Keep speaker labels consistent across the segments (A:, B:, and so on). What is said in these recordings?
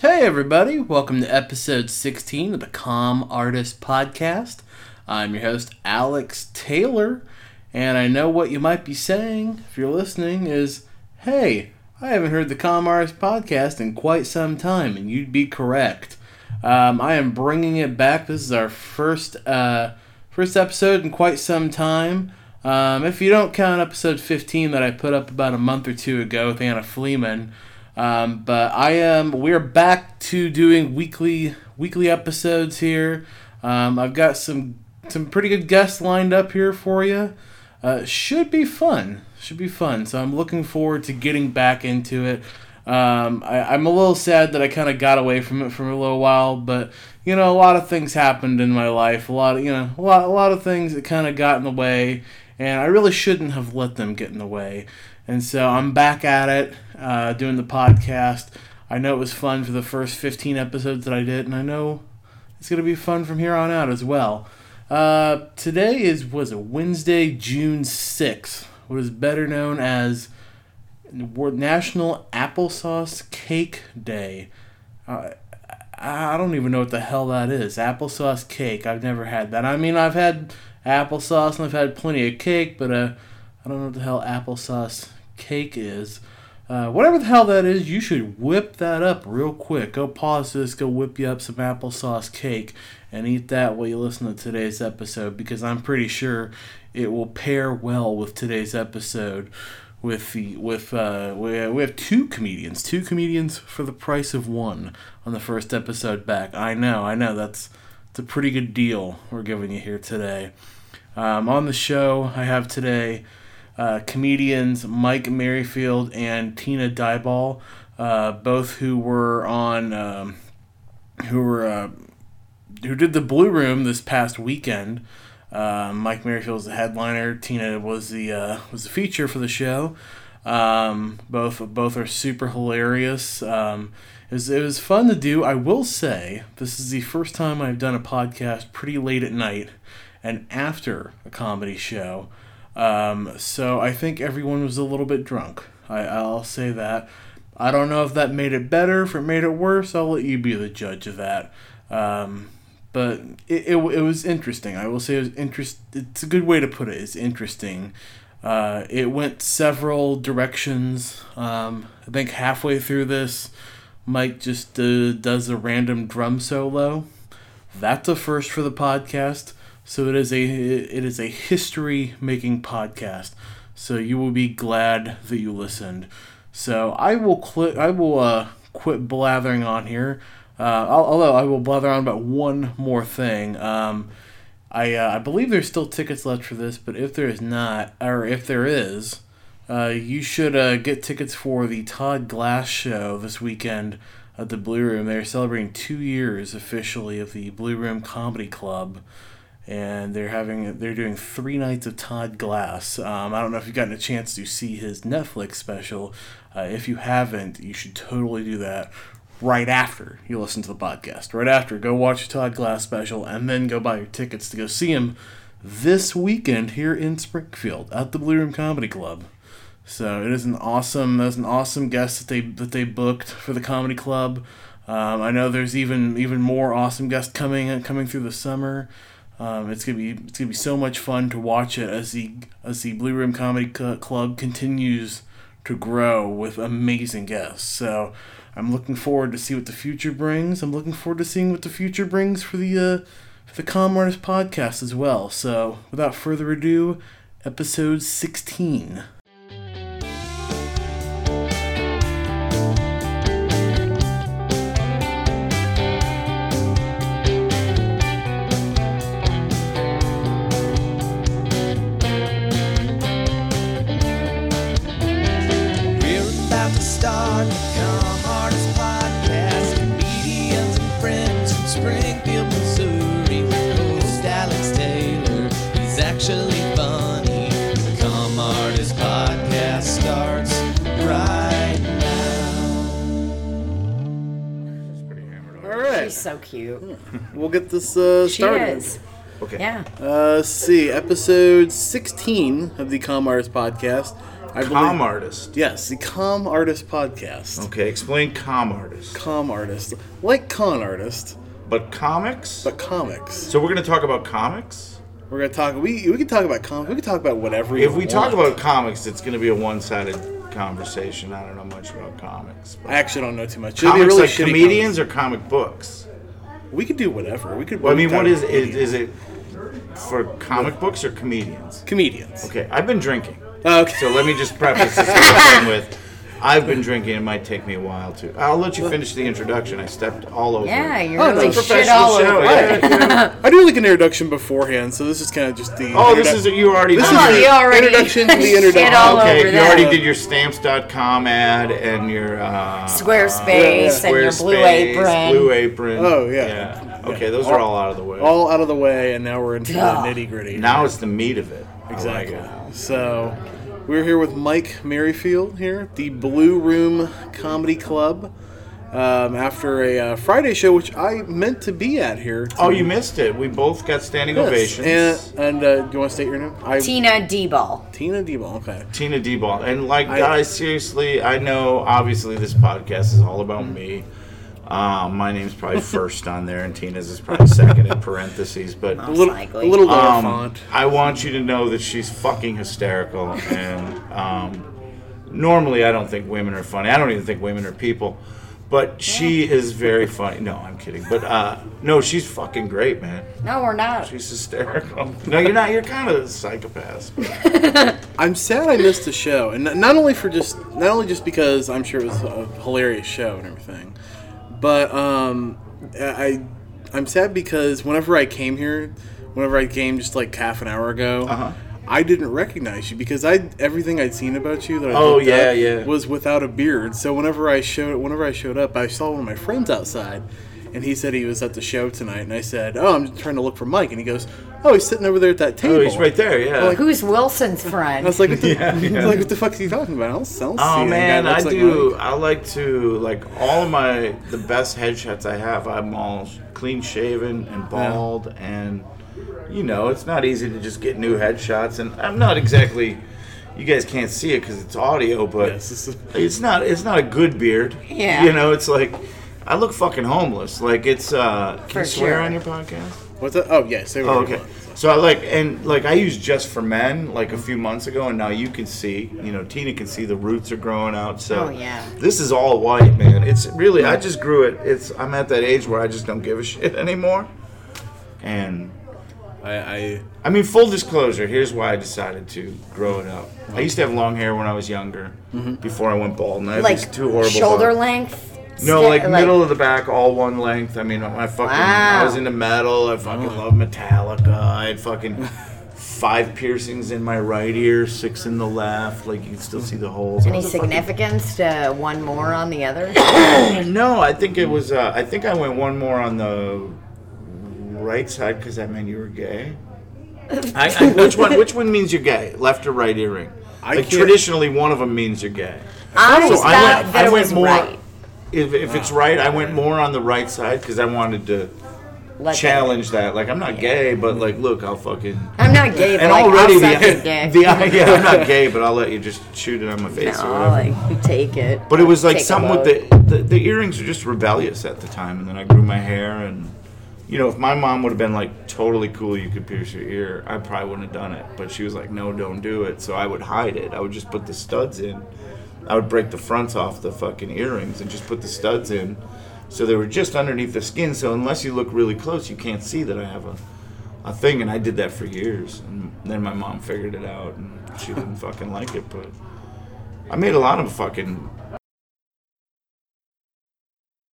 A: Hey, everybody, welcome to episode 16 of the Calm Artist Podcast. I'm your host, Alex Taylor, and I know what you might be saying if you're listening is, Hey, I haven't heard the Calm Artist Podcast in quite some time, and you'd be correct. Um, I am bringing it back. This is our first uh, first episode in quite some time. Um, if you don't count episode 15 that I put up about a month or two ago with Anna Fleeman, um, but I am. We're back to doing weekly weekly episodes here. Um, I've got some some pretty good guests lined up here for you. Uh, should be fun. Should be fun. So I'm looking forward to getting back into it. Um, I, I'm a little sad that I kind of got away from it for a little while, but you know, a lot of things happened in my life. A lot, of, you know, a lot, a lot of things that kind of got in the way, and I really shouldn't have let them get in the way. And so I'm back at it, uh, doing the podcast. I know it was fun for the first 15 episodes that I did, and I know it's going to be fun from here on out as well. Uh, today is, was it Wednesday, June 6th, what is better known as National Applesauce Cake Day. Uh, I I don't even know what the hell that is. Applesauce cake. I've never had that. I mean, I've had applesauce and I've had plenty of cake, but uh, I don't know what the hell applesauce cake is. Uh, whatever the hell that is, you should whip that up real quick. Go pause this, go whip you up some applesauce cake, and eat that while you listen to today's episode because I'm pretty sure it will pair well with today's episode. With the with uh, we we have two comedians, two comedians for the price of one on the first episode back. I know, I know that's it's a pretty good deal we're giving you here today. Um, on the show, I have today uh, comedians Mike Merrifield and Tina Dyball, uh, both who were on, um, who were, uh, who did the Blue Room this past weekend. Uh, Mike Merrifield was the headliner. Tina was the uh, was the feature for the show. Um, both both are super hilarious. Um, it, was, it was fun to do. I will say this is the first time I've done a podcast pretty late at night and after a comedy show. Um, so I think everyone was a little bit drunk. I, I'll say that. I don't know if that made it better, if it made it worse. I'll let you be the judge of that. Um, but it, it, it was interesting. I will say it was interest. It's a good way to put it. It's interesting. Uh, it went several directions. Um, I think halfway through this, Mike just uh, does a random drum solo. That's a first for the podcast. So it is a it is a history making podcast. So you will be glad that you listened. So I will click. I will uh, quit blathering on here. Uh, al- although I will blather on about one more thing. Um, I uh, I believe there's still tickets left for this, but if there is not, or if there is, uh, you should uh, get tickets for the Todd Glass show this weekend at the Blue Room. They're celebrating two years officially of the Blue Room Comedy Club and they're having they're doing three nights of Todd Glass. Um, I don't know if you've gotten a chance to see his Netflix special. Uh, if you haven't, you should totally do that right after you listen to the podcast. Right after, go watch the Todd Glass special and then go buy your tickets to go see him this weekend here in Springfield at the Blue Room Comedy Club. So it is an awesome that's an awesome guest that they that they booked for the comedy club. Um, I know there's even even more awesome guests coming coming through the summer. Um, it's gonna be it's gonna be so much fun to watch it as the as the Blue Room Comedy Cl- Club continues to grow with amazing guests. So I'm looking forward to see what the future brings. I'm looking forward to seeing what the future brings for the uh, for the Com Artist podcast as well. So without further ado, episode 16.
B: We're about to start the Come Hardest podcast. Comedians and friends from Springfield, Missouri. With host Alex Taylor, he's actually funny. The Come Hardest podcast starts right now.
A: All right,
C: She's so cute.
A: we'll get this uh,
C: She
A: started.
C: is. Okay. Yeah.
A: Uh, let's see, episode 16 of the Com Artist Podcast. I
C: com
A: believe-
C: artist.
A: Yes, the Com Artist Podcast.
C: Okay, explain com artist.
A: Com artist, like con artist,
C: But comics?
A: but comics.
C: So we're going to talk about comics?
A: We're gonna talk. We we can talk about comics. We can talk about whatever.
C: If
A: you
C: we talk
A: want.
C: about comics, it's going to be a one sided conversation. I don't know much about comics. But
A: I actually don't know too much. It'll be
C: comics
A: really
C: like
A: shitty
C: comedians or comic books?
A: comics. We could do whatever. We could.
C: Well, I
A: we
C: mean,
A: could
C: what
A: talk
C: is
A: about
C: is, is it for comic books or comedians?
A: comedians? Uh,
C: Okay, I've been drinking.
A: Okay.
C: So let me just preface this question with I've been drinking. It might take me a while to. I'll let you finish the introduction. I stepped all over.
D: Yeah,
C: it.
D: you're
A: Oh, no,
D: really
C: Professional
D: shit all
C: show,
D: over.
C: yeah, yeah.
A: I do like an introduction beforehand, so this is kind of just the.
C: Oh, this is you already.
A: This
C: did
A: is
D: Oh,
C: your-
A: the
D: you already
A: introduction to the introduction.
D: shit all
C: okay,
D: over
C: you
D: that.
C: already did your stamps.com ad and your uh,
D: Squarespace and your Blue
C: Squarespace,
D: Apron.
C: Blue Apron.
A: Oh, yeah.
C: Okay, those are all out of the way.
A: all out of the way, and now we're into
D: Duh.
A: the nitty gritty.
C: now it's the meat of it. I like
A: Exactly.
C: it.
A: So, we're here with Mike Merrifield here at the Blue Room Comedy Club um, after a uh, Friday show, which I meant to be at here.
C: Oh, you missed it. We both got standing
A: Yes.
C: ovations.
A: And, and uh, do you want to state your name? I,
D: Tina D-Ball.
A: Tina Diebel. Okay.
C: Tina D-Ball. And like,
A: I-
C: guys, seriously, I know obviously this podcast is all about me. Uh, my name's probably first on there, and Tina's is probably second in parentheses. But
A: A little, a
D: likely.
A: little lower
C: um,
A: font.
C: I want you to know that she's fucking hysterical. And um, normally, I don't think women are funny. I don't even think women are people. But she is very funny. No, I'm kidding. But uh, no, she's fucking great, man.
D: No, we're not.
C: She's hysterical. No, you're not. You're kind of a psychopath.
A: I'm sad I missed the show, and not- not only for just not only just because I'm sure it was a hilarious show and everything, but um, I I'm sad because whenever I came here, whenever I came just like half an hour ago.
C: Uh-huh.
A: I didn't recognize you because I everything I'd seen about you that I
C: Oh,
A: looked
C: yeah,
A: up
C: yeah.
A: was without a beard. So whenever I showed whenever I showed up, I saw one of my friends outside, and he said he was at the show tonight. And I said, "Oh, I'm just trying to look for Mike," and he goes, "Oh, he's sitting over there at that table."
C: Oh, he's right there. Yeah.
A: Like,
D: Who's Wilson's
A: I
D: friend?
A: was like, what the,
C: Yeah, yeah.
A: I was like, what the fuck is he talking about? I don't, I don't see
C: Oh
A: it. The guy
C: man, I
A: looks like
C: do.
A: Mike.
C: I like to like all of my the best headshots I have. I'm all clean shaven and bald, and you know it's not easy to just get new headshots. And I'm not exactly. You guys can't see it because it's audio, but
A: Yes, this is-
C: it's not. It's not a good beard.
D: Yeah.
C: You know, it's like I look fucking homeless. Like it's. uh Can
D: For
C: you swear
D: sure.
C: on your podcast?
A: What's that? Oh, yeah. Say what
C: Oh,
A: you
C: okay.
A: want.
C: So I like and like I used just for men like a few months ago, and now you can see, you know, Tina can see the roots are growing out. So
D: Oh, yeah.
C: this is all white, man. It's really I just grew it. It's I'm at that age where I just don't give a shit anymore. And
A: I, I,
C: I mean, full disclosure. Here's why I decided to grow it up. I used to have long hair when I was younger, before I went bald, and I had these
D: Mm-hmm. Like
C: two horrible
D: shoulder
C: bumps.
D: length?
C: No,
D: Sti-
C: like, middle of the back, all one length. I mean, I fucking I
D: Wow.
C: was into metal. I fucking love Metallica. I had fucking five piercings in my right ear, six in the left. Like you can still see the holes. I
D: Any
C: was a fucking-
D: significance to one more on the other?
C: No, I think it was. Uh, I think I went one more on the right side because that meant you were gay. I, I, which one? Which one means you're gay? Left or right earring?
A: I
C: like
A: can't-
C: traditionally, one of them means you're gay.
D: I
C: So
D: thought that it was right.
C: If, if it's right, I went more on the right side because I wanted to
D: Like,
C: challenge that. Like, I'm not gay, but like, look, I'll fucking.
D: I'm not gay, but
C: And
D: like,
C: already
D: I'll
C: the,
D: suck your dick.
C: the idea, I'm not gay, but I'll let you just shoot it on my face or
D: no,
C: whatever.
D: like, take it.
C: but it was like
D: Take a
C: something
D: load.
C: with the, the the earrings were just rebellious at the time, and then I grew my hair, and you know, if my mom would have been like totally cool, you could pierce your ear, I probably wouldn't have done it. But she was like, no, don't do it. So I would hide it. I would just put the studs in. I would break the fronts off the fucking earrings and just put the studs in, so they were just underneath the skin. So unless you look really close, you can't see that I have a a thing, and I did that for years. And then my mom figured it out, and she didn't fucking like it. But I made a lot of fucking.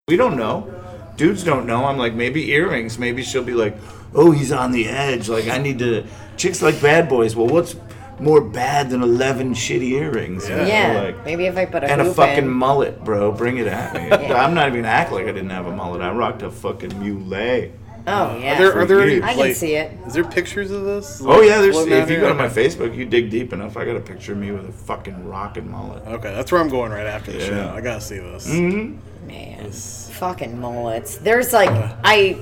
C: We don't know. Dudes don't know. I'm like, maybe earrings. Maybe she'll be like, oh, he's on the edge. Like, I need to. Chicks like bad boys. Well, what's more bad than 11 shitty earrings? You know,
D: Yeah,
C: like-
D: maybe if I put a
C: and a
D: hoop
C: fucking
D: in.
C: mullet, bro. Bring it at me. I'm not even gonna act like I didn't have a mullet. I rocked a fucking mullet.
D: oh yeah.
A: are there, are there any,
C: you.
D: I can
A: like,
D: see it.
A: Is there pictures of this?
C: Oh yeah, there's.
A: Floating
C: If
A: out
C: you
A: here?
C: go to my Facebook, you dig deep enough. I got a picture of me with a fucking rockin' mullet.
A: Okay, that's where I'm going right after the
C: Yeah. Mm-hmm.
A: show. I gotta see this.
D: Man, fucking mullets. There's like I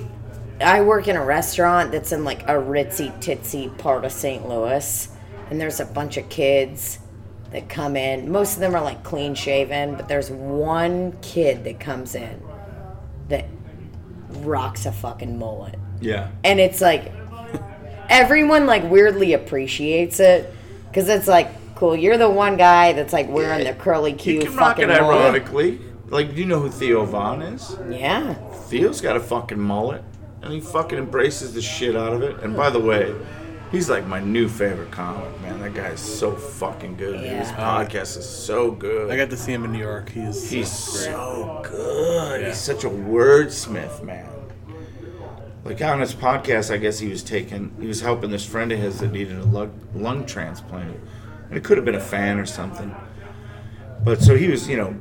D: I work in a restaurant that's in like a ritzy titsy part of St. Louis, and there's a bunch of kids that come in. Most of them are like clean shaven, but there's one kid that comes in that rocks a fucking mullet.
C: Yeah.
D: And it's like everyone like weirdly appreciates it cuz it's like cool, you're the one guy that's like wearing the curly
C: You
D: Q
C: can rock
D: fucking
C: it
D: mullet.
C: ironically. Like, do you know who Theo Vaughn is?
D: Yeah.
C: Theo's got a fucking mullet, and he fucking embraces the shit out of it. And by the way, he's like my new favorite comic, man. That guy's so fucking good. dude. His
A: Yeah.
C: podcast is so good.
A: I got to see him in New York. He is
C: He's
A: great.
C: so good. He's such a wordsmith, man. Like on his podcast, I guess he was taking, he was helping this friend of his that needed a lung, lung transplant, and it could have been a fan or something. But so he was, you know,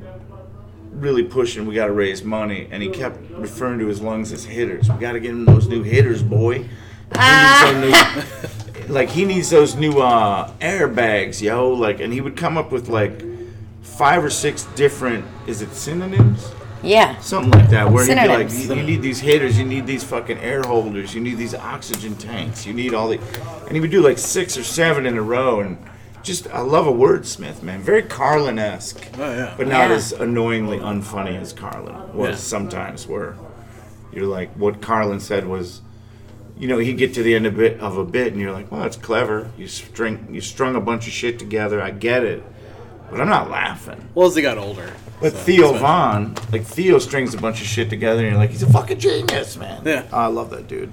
C: really pushing. We got to raise money, and he kept referring to his lungs as hitters. We got to get him those new hitters, boy. He needs some new- like he needs those new uh, airbags, yo. Like, and he would come up with like five or six different is it synonyms
D: Yeah.
C: something like that where he'd be like
D: Synonyms.
C: you, you need these hitters you need these fucking air holders you need these oxygen tanks you need all the and he would do like six or seven in a row and just i love a wordsmith man very carlin-esque
A: Oh, yeah.
C: but not
D: Yeah.
C: as annoyingly unfunny as carlin was
A: Yeah.
C: sometimes where you're like what carlin said was you know, he'd get to the end of bit of a bit, and you're like, "Well, it's clever. You string, you strung a bunch of shit together. I get it, but I'm not laughing."
A: Well, as he got older.
C: But
A: so-
C: Theo Vaughn, like Theo strings a bunch of shit together, and you're like, he's a fucking genius, man. Oh,
A: Yeah.
C: I love that dude.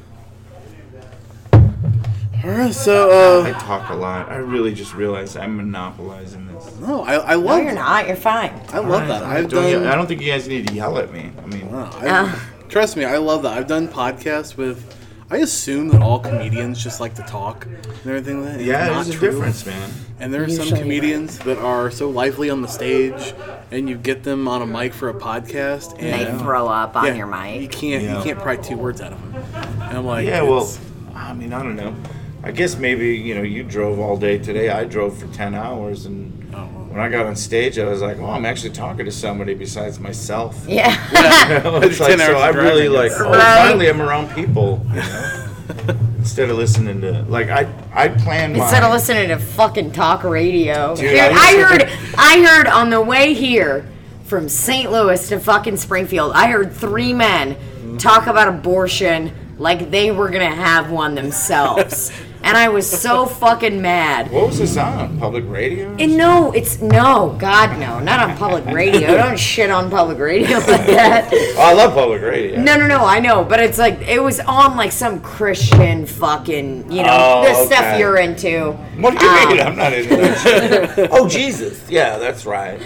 A: All right, so
C: I
A: uh,
C: talk a lot. I really just realized I'm monopolizing this.
A: no, I, I
D: No,
A: love
D: you're not. You're fine.
A: I love that.
C: I
A: I've
C: don't,
A: done.
C: I don't think you guys need to yell at me. I mean,
A: Wow, I- Trust me, I love that. I've done podcasts with. I assume that all comedians just like to talk and everything. Like that. It's
C: yeah,
A: not
C: there's a
A: true.
C: difference, man.
A: And there are some
D: Usually.
A: comedians that are so lively on the stage, and you get them on a mic for a podcast, and
D: They throw up on
A: Yeah,
D: your
A: You
D: mic.
A: can't.
C: Yeah.
A: You can't pry two words out of them. And I'm like,
C: Yeah, well,
A: it's-
C: I mean, I don't know. I guess maybe you know you drove all day today. I drove for ten hours, and
A: Oh, well.
C: when I got on stage, I was like, "Oh, I'm actually talking to somebody besides myself."
D: Yeah.
C: it's
A: 10
C: like, so
A: hours
C: I
A: of
C: really
A: driving.
C: like. Oh,
D: Right.
C: finally, I'm around people. You know? Instead of listening to like I I planned my
D: Instead of listening to fucking talk radio.
C: Dude,
D: Dude,
C: I
D: I
C: used to-
D: heard I heard on the way here from St. Louis to fucking Springfield, I heard three men
C: Mm-hmm.
D: talk about abortion like they were gonna have one themselves. and I was so fucking mad.
C: what was this on public radio?
D: And no, it's no, God no, not on public radio. Don't shit on public radio like that.
C: Oh, I love public radio.
D: No, no, no. I know, but it's like it was on like some Christian fucking, you know,
C: Oh,
D: the stuff
C: okay.
D: you're into.
C: What do you
D: Ah.
C: mean? I'm not into that. shit. oh Jesus! Yeah, that's right.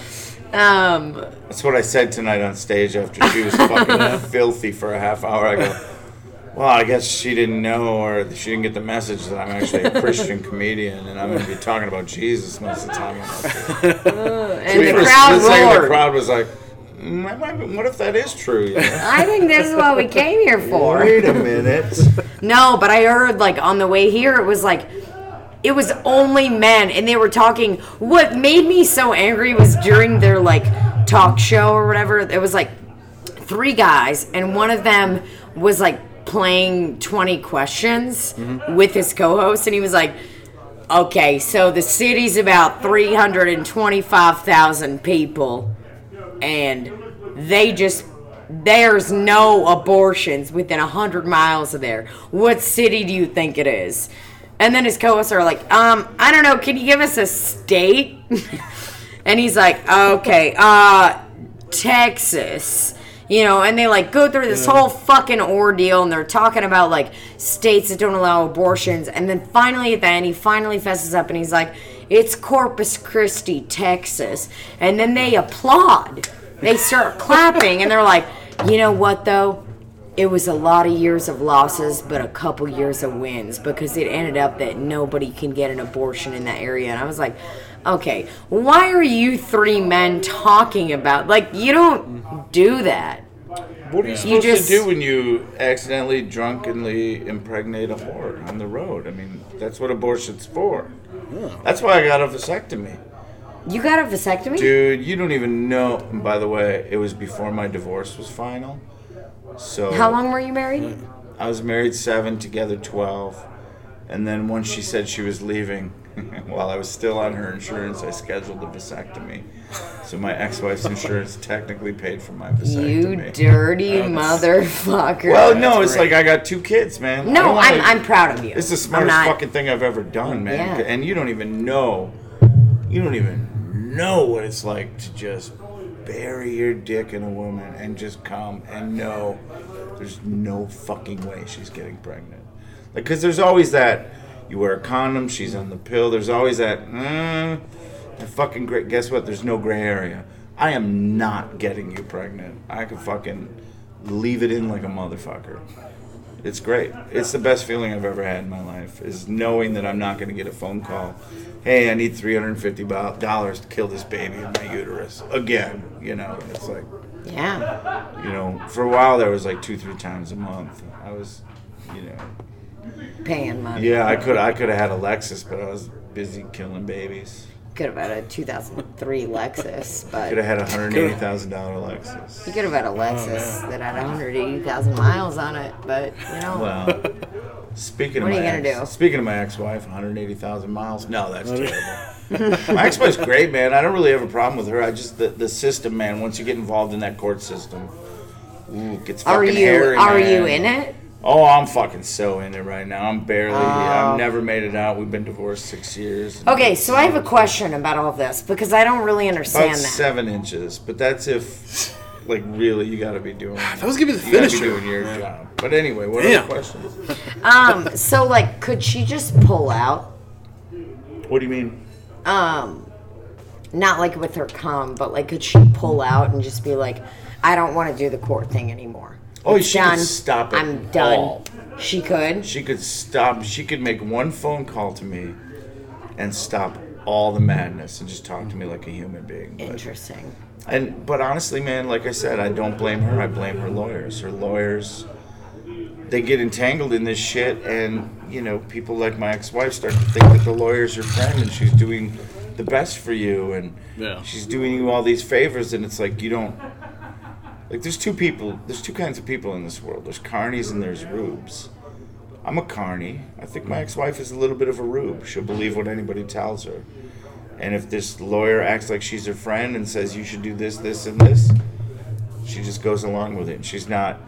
D: Um,
C: That's what I said tonight on stage after she was fucking filthy for a half hour. I go, well, I guess she didn't know or she didn't get the message that I'm actually a Christian comedian and I'm going to be talking about Jesus most of the time.
D: and the
C: For a
D: crowd
C: split second, The
D: roared.
C: crowd was like, "Mm, that might be- what if that is true? you know?
D: I think this is what we came here for.
C: Wait a minute.
D: No, but I heard like on the way here, it was like it was only men, and they were talking. What made me so angry was during their like talk show or whatever. It was like three guys, and one of them was like playing twenty questions with his co-host, and he was like. Okay, so the city's about 325,000 people, and they just there's no abortions within 100 miles of there. What city do you think it is? And then his co-hosts are like, um, I don't know, can you give us a state? and he's like, okay, uh, Texas. You know, and they like go through this whole fucking ordeal and they're talking about like states that don't allow abortions. And then finally at the end, he finally fesses up and he's like, it's Corpus Christi, Texas. And then they applaud. They start clapping and they're like, you know what though? It was a lot of years of losses, but a couple years of wins because it ended up that nobody can get an abortion in that area. And I was like, okay, why are you three men talking about? Like, you don't do that.
C: What are you
D: You
C: supposed
D: just-
C: to do when you accidentally drunkenly impregnate a whore on the road? I mean, that's what abortion's for. That's why I got a vasectomy.
D: You got a vasectomy?
C: Dude, you don't even know. And by the way, it was before my divorce was final. So
D: How long were you married?
C: Mm, I was married seven, together twelve, and then once she said she was leaving, While I was still on her insurance, I scheduled a vasectomy. So my ex-wife's insurance technically paid for my vasectomy.
D: You dirty
C: Oh, that's-
D: motherfucker.
C: Well, no,
D: That's
C: it's
D: great.
C: like I got two kids, man. I don't
D: No,
C: wanna-
D: I'm, I'm proud of you.
C: It's the
D: I'm
C: smartest
D: not-
C: fucking thing I've ever done, man.
D: Yeah.
C: And you don't even know. You don't even know what it's like to just bury your dick in a woman and just come and know there's no fucking way she's getting pregnant. Because there's always that. You wear a condom, she's on the pill. There's always that. Mm, the fucking great. Guess what? There's no gray area. I am not getting you pregnant. I could fucking leave it in like a motherfucker. It's great. It's the best feeling I've ever had in my life is knowing that I'm not going to get a phone call. Hey, I need $350 to kill this baby in my uterus again. You know, and it's like,
D: Yeah.
C: you know, for a while there was like two, three times a month. I was, you know,
D: Paying money.
C: yeah, I could I could have had a Lexus, but I was busy killing babies.
D: Could have had a 2003 Lexus,
C: Could have
D: but
C: had a $180,000 Lexus.
D: you could have had a
C: Oh,
D: Lexus that had 180,000 miles on it, but you know.
C: Wow. Speaking
D: What
C: of
D: are
C: my
D: you gonna
C: ex,
D: do?
C: speaking of my ex-wife, 180,000 miles. No, that's terrible. my ex-wife's great, man. I don't really have a problem with her. I just the, the system, man. Once you get involved in that court system, ooh, it gets fucking
D: are you
C: hairy,
D: are
C: man.
D: you in it?
C: Oh, I'm fucking so in it right now. I'm barely.
D: Oh.
C: I've never made it out. We've been divorced six years.
D: Okay, so I have a question about all this because I don't really understand
C: About
D: that.
C: seven inches, but that's if, like, really, you got to be doing.
A: That was gonna be the
C: You got to
A: finisher.
C: be doing your job. But anyway, what
A: Damn.
C: other questions?
D: Um, so like, could she just pull out?
C: What do you mean?
D: Um, not like with her cum, but like, could she pull out and just be like, I don't want to do the court thing anymore.
C: Oh,
D: It's
C: she could stop it
D: I'm done.
C: all.
D: She could.
C: She could stop. She could make one phone call to me, and stop all the madness and just talk to me like a human being. But,
D: Interesting.
C: and but honestly, man, like I said, I don't blame her. I blame her lawyers. Her lawyers, they get entangled in this shit, and you know, people like my ex-wife start to think that the lawyer's your friend and she's doing the best for you, and
A: Yeah.
C: she's doing you all these favors, and it's like you don't. Like there's two people, there's two kinds of people in this world. There's carnies and there's rubes. I'm a carny. I think my ex-wife is a little bit of a rube. She'll believe what anybody tells her. And if this lawyer acts like she's her friend and says you should do this, this, and this, she just goes along with it. She's not,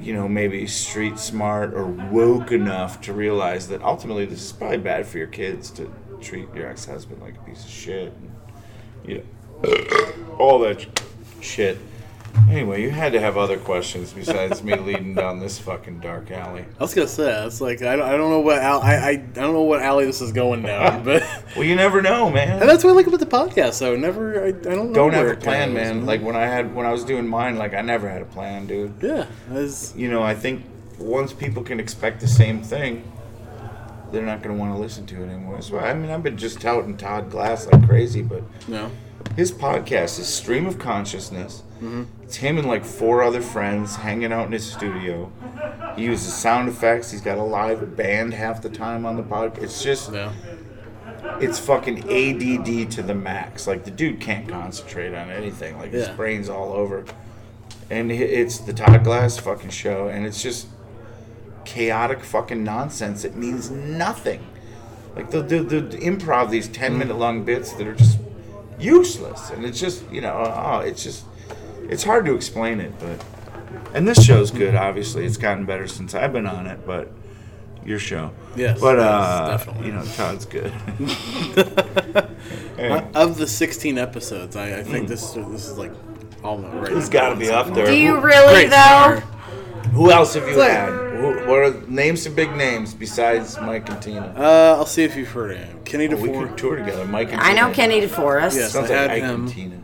C: you know, maybe street smart or woke enough to realize that ultimately this is probably bad for your kids to treat your ex-husband like a piece of shit. And, you know, all that sh- shit. Anyway, you had to have other questions besides me leading down this fucking dark alley.
A: I was gonna say it's like I don't, I don't know what Al, I, I I don't know what alley this is going down, but
C: Well, you never know, man.
A: and that's what I like about the podcast. though. never I, I don't know
C: don't have
A: where
C: a
A: it
C: plan,
A: goes. mm-hmm.
C: man. Like when I had when I was doing mine, like I never had a plan, dude.
A: yeah, that's-
C: You know, I think once people can expect the same thing, they're not gonna want to listen to it anymore. So I mean, I've been just touting Todd Glass like crazy, but
A: no.
C: his podcast is Stream of Consciousness.
A: Mm-hmm.
C: It's him and like four other friends hanging out in his studio. He uses sound effects. He's got a live band half the time on the podcast. It's just
A: No.
C: it's fucking ADD to the max. Like the dude can't concentrate on anything. Like his
A: Yeah.
C: brain's all over. And i- it's the Todd Glass fucking show, and it's just chaotic fucking nonsense. It means nothing. Like they'll do the improv these
A: Mm.
C: ten minute long bits that are just useless, and it's just you know, oh, it's just it's hard to explain it, but. And this show's good, obviously. It's gotten better since I've been on it, but your show.
A: Yes,
C: But,
A: yes,
C: uh,
A: definitely.
C: you know, Todd's good.
A: Of the 16 episodes, I, I
C: Hmm.
A: think this this is like all the right.
C: He's got to be up there.
D: Do you
C: Who-
D: really
A: Great
D: though?
A: start.
C: Who else have you
A: like-
C: had? Who, what are name some big names besides Mike and Tina?
A: Uh, I'll see if you've heard of him. Kenny
C: Oh, we could
A: DeFore.
C: tour together, Mike and
D: I
C: Tina.
D: know Kenny DeForest.
A: Yes.
C: Sounds
A: I had
C: like Ike
A: him.
C: and Tina.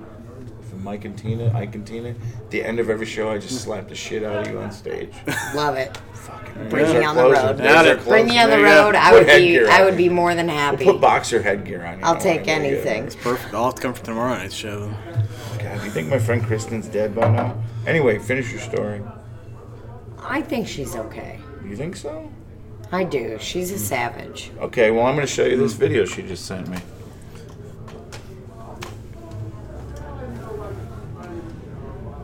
C: From Mike and Tina, Ike and Tina. At the end of every show, I just slap the shit out of you on stage.
D: Love it.
C: Fucking
D: Bring me on the road.
A: Got it.
D: Bring me on the
A: There you go.
D: road. I
C: Put
D: would be.
C: headgear
D: I
C: on
D: would be
C: you.
D: more than happy.
C: Put boxer headgear on you. Oh,
D: I'll
C: know,
D: take
C: whatever you get.
D: anything.
A: Perfect. I'll have to come for tomorrow night's show. Then.
C: God, you think my friend Kristen's dead by now? Anyway, finish your story.
D: I think she's okay.
C: You think so?
D: I do. She's a savage.
C: Okay, well, I'm going to show you
A: Hmm.
C: this video she just sent me.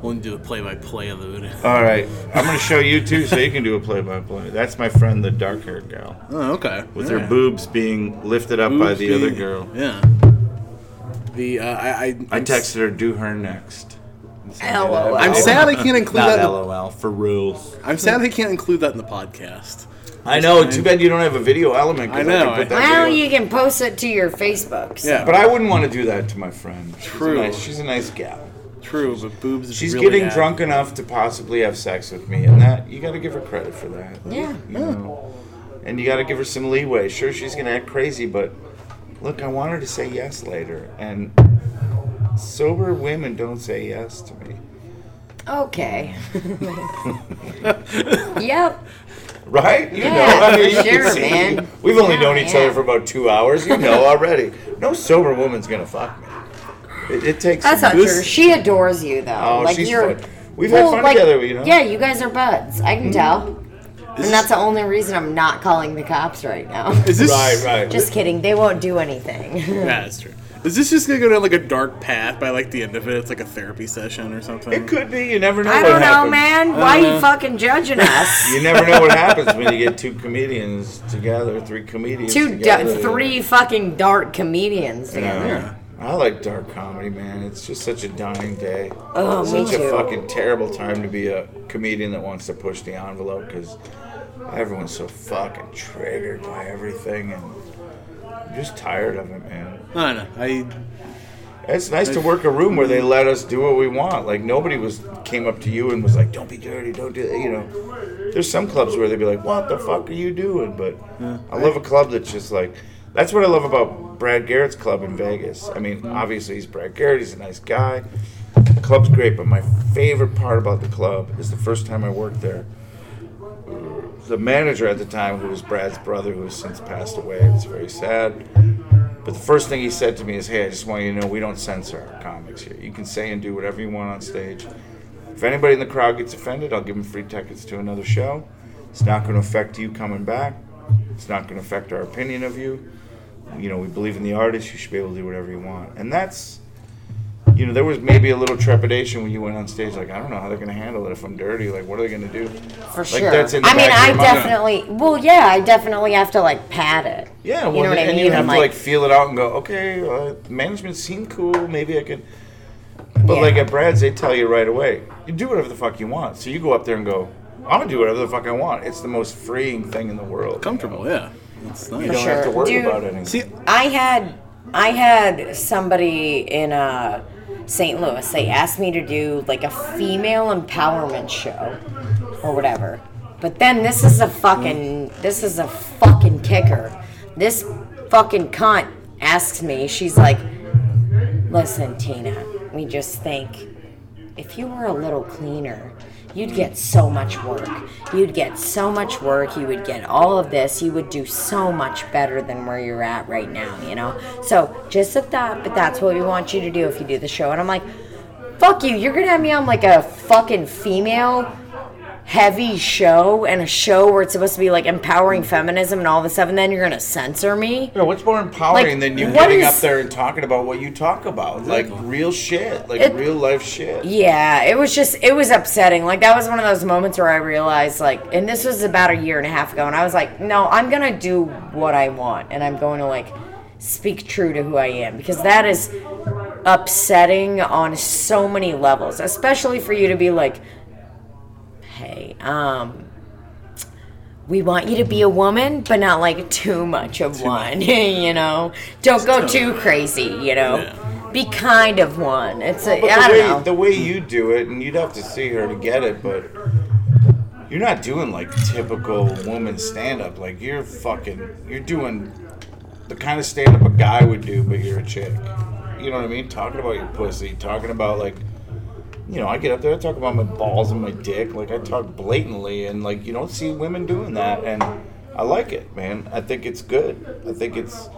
A: willing to do a play-by-play of the video.
C: All right, I'm gonna show you too, so you can do a play-by-play. That's my friend, the dark-haired gal,
A: Oh, okay.
C: with
A: All
C: her
A: right.
C: boobs being lifted up by
A: Boobs
C: the
A: being-
C: other girl.
A: Yeah. The uh, I, I
C: I
A: I'm s-
C: texted her, "Do her next."
D: LOL.
A: I'm sad I can't include
C: Not
A: that. In the,
C: LOL for real.
A: I'm sad I can't include that in the podcast.
C: I know. Too bad you don't have a video element. 'cause
A: I know,
C: could put
A: I-
C: that
D: Well,
C: video-
D: you can post it to your Facebooks.
A: Yeah,
C: But I wouldn't want to do that to my friend. She's
A: True.
C: A nice, she's a nice gal.
A: true. But boobs. is
C: She's
A: really
C: getting
A: bad.
C: drunk enough to possibly have sex with me, and that you got to give her credit for that.
D: Yeah.
C: You know? And you got to give her some leeway. Sure, she's gonna act crazy, but look, I want her to say yes later, and sober women don't say yes to me.
D: Okay. yep.
C: Right? You
D: Yeah,
C: know, I mean,
D: for
C: you can
D: sure,
C: see-
D: man.
C: We've only
D: Yeah,
C: known each
D: yeah.
C: other for about two hours. You know already. No sober woman's gonna fuck me. It, it takes.
D: That's
C: some-
D: not true. She adores you though.
C: Oh,
D: like
C: she's
D: you're
C: fun. We've had fun together, you know?
D: Yeah, you guys are buds. I can tell. And that's the only reason I'm not calling the cops right now.
A: Is this
C: Right, right.
D: Just kidding. They won't do anything.
A: Yeah, that's true. Is this just gonna go down like a dark path by like the end of it? It's like a therapy session or something.
C: It could be. You never know.
D: I
C: what
D: don't know,
C: happens.
D: man. Why you fucking judging us?
C: You never know what happens when you get two comedians together, three comedians
D: Two,
C: together.
D: du- three fucking dark comedians.
C: You
D: together.
C: know, I like dark comedy, man. It's just such a dying day.
D: Oh, me
C: such a
D: too.
C: fucking terrible time to be a comedian that wants to push the envelope because everyone's so fucking triggered by everything, and I'm just tired of it, man.
A: I don't know. I
C: It's nice to work a room where they let us do what we want. Like nobody was came up to you and was like, "Don't be dirty, don't do that." You know, there's some clubs where they'd be like, "What the fuck are you doing?" But I love a club that's just like, that's what I love about Brad Garrett's club in Vegas. I mean, obviously he's Brad Garrett. He's a nice guy. The club's great, but my favorite part about the club is the first time I worked there. The manager at the time, who was Brad's brother, who has since passed away, it's very sad. But the first thing he said to me is, "Hey, I just want you to know we don't censor our comics here. You can say and do whatever you want on stage. If anybody in the crowd gets offended, I'll give them free tickets to another show. It's not going to affect you coming back. It's not going to affect our opinion of you. You know, we believe in the artist. You should be able to do whatever you want. And that's, you know, there was maybe a little trepidation when you went on stage. Like, I don't know how they're going to handle it if I'm dirty. Like, what are they going to do?
D: For
C: Like,
D: sure.
C: that's in the
D: I mean,
C: back of
D: I
C: your mind.
D: definitely. Well, yeah, I definitely have to like pat it.
C: Yeah,
D: You
C: well,
D: know what I
C: and
D: mean?
C: you have
D: I'm
C: to
D: like-
C: like feel it out and go, okay, uh, management seemed cool. Maybe I could. But
D: Yeah.
C: like at Brad's, they tell you right away, you do whatever the fuck you want. So you go up there and go, I'm gonna do whatever the fuck I want. It's the most freeing thing in the world.
A: comfortable. Yeah, that's
C: You
A: nice.
C: don't have to
D: Sure.
C: worry
D: Dude.
C: about anything.
A: See,
D: I had I had somebody in uh, St. Louis. They asked me to do like a female empowerment show or whatever. But then this is a fucking this is a fucking kicker. This fucking cunt asks me. She's like, "Listen, Tina, we just think if you were a little cleaner, you'd get so much work. You'd get so much work. You would get all of this. You would do so much better than where you're at right now, you know? So just a thought, but that's what we want you to do if you do the show. And I'm like, fuck you. You're going to have me on like a fucking female heavy show and a show where it's supposed to be like empowering feminism and all of a sudden then you're going to censor me?
C: Yeah, what's more empowering
D: Like,
C: than you
D: what
C: getting
D: is-
C: up there and talking about what you talk about? Like real shit, like
D: It-
C: real life shit.
D: Yeah, it was just it was upsetting. Like that was one of those moments where I realized like and this was about a year and a half ago and I was like, "No, I'm going to do what I want and I'm going to like speak true to who I am because that is upsetting on so many levels, especially for you to be like, "Hey, um we want you to be a woman, but not like too much of one, you know. Don't go too crazy, you know. Be kind of one. It's a,
C: But
D: I
C: the
D: don't
C: way,
D: know.
C: the way you do it, and you'd have to see her to get it, but you're not doing like typical woman stand up. Like you're fucking, you're doing the kind of stand up a guy would do, but you're a chick. You know what I mean? Talking about your pussy, talking about like, you know, I get up there, I talk about my balls and my dick, like I talk blatantly, and like you don't see women doing that, and I like it, man. I think it's good. I think it's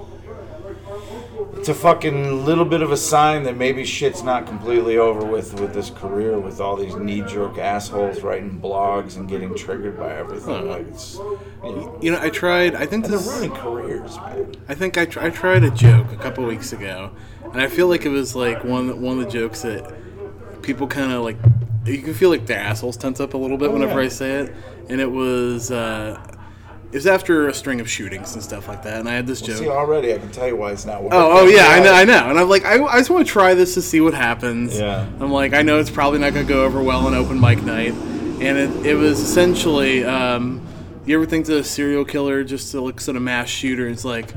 C: it's a fucking little bit of a sign that maybe shit's not completely over with with this career with all these knee-jerk assholes writing blogs and getting triggered by everything
A: Hmm.
C: like it's you know,
A: you know, I tried. I think
C: they're
A: this.
C: ruining careers man
A: I think I, tr- I tried a joke a couple weeks ago, and I feel like it was like one one of the jokes that people kind of like you can feel like the assholes tense up a little bit whenever I say it. And it was uh, it was after a string of shootings and stuff like that. And I had this joke.
C: See, already I can tell you why it's not working.
A: Oh, oh yeah, I know, I know. And I'm like, I, I just want to try this to see what happens.
C: Yeah.
A: I'm like, I know it's probably not going to go over well on open mic night. And it, it was essentially, um, you ever think that a serial killer just looks at a mass shooter and it's like,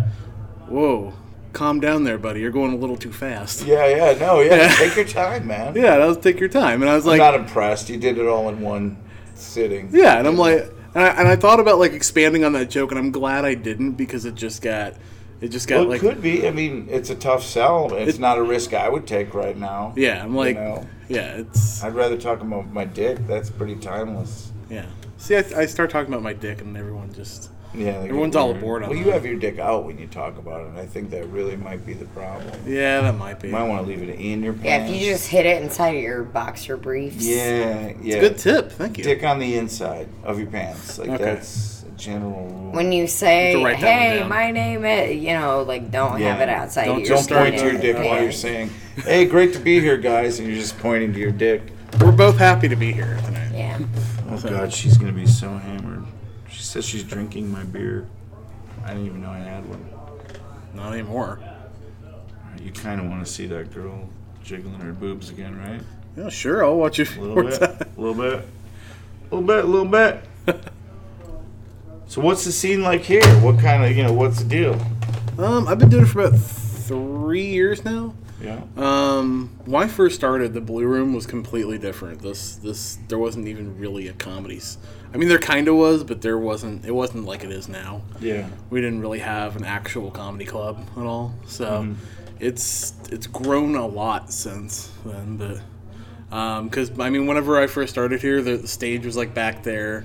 A: whoa, calm down there, buddy. You're going a little too fast.
C: Yeah, yeah, no, yeah.
A: Yeah.
C: Take your time, man.
A: Yeah, that was take your time. And I was
C: I'm
A: like,
C: not impressed. You did it all in one sitting.
A: Yeah, and I'm like, and I, and I thought about like expanding on that joke, and I'm glad I didn't because it just got, it just got
C: Well, it
A: like,
C: could be. I mean, it's a tough sell. It's not a risk I would take right now.
A: yeah, I'm like,
C: know.
A: yeah, it's,
C: I'd rather talk about my dick. That's pretty timeless.
A: yeah. See, I, I start talking about my dick, and everyone just,
C: Yeah, they get
A: Everyone's all
C: weird.
A: aboard on
C: Well, you
A: that.
C: have your dick out when you talk about it, and I think that really might be the problem.
A: yeah, that might be.
C: You might want to leave it in your
D: Yeah,
C: pants.
D: if you just hit it inside of your boxer briefs.
C: Mm. Yeah, yeah.
A: Good tip, thank you.
C: Dick on the inside of your pants. Like
A: Okay.
C: that's a general rule.
D: When you say,
A: You have to write that one
D: "Hey,
A: down.
D: my name is," you know, like don't
C: Yeah.
D: have it outside
A: Don't-
D: of your
C: Don't point to your
D: skin.
C: dick while you're saying, "Hey, great to be here, guys," and you're just pointing to your dick.
A: We're both happy to be here tonight.
D: Yeah.
C: Oh God, she's gonna be so hammered. She says she's drinking my beer. I didn't even know I had one.
A: Not anymore.
C: You kind of want to see that girl jiggling her boobs again, right?
A: Yeah, sure, I'll watch you.
C: A little bit, a little bit, a little bit, a little bit. So what's the scene like here? What kind of you know? What's the deal?
A: Um, I've been doing it for about three years now.
C: Yeah.
A: Um, when I first started, the Blue Room was completely different. This, this, there wasn't even really a comedy. s- I mean, there kind of was, but there wasn't. It wasn't like it is now.
C: Yeah.
A: We didn't really have an actual comedy club at all, so it's it's grown a lot since then. But because I mean, whenever I first started here, the, the stage was like back there.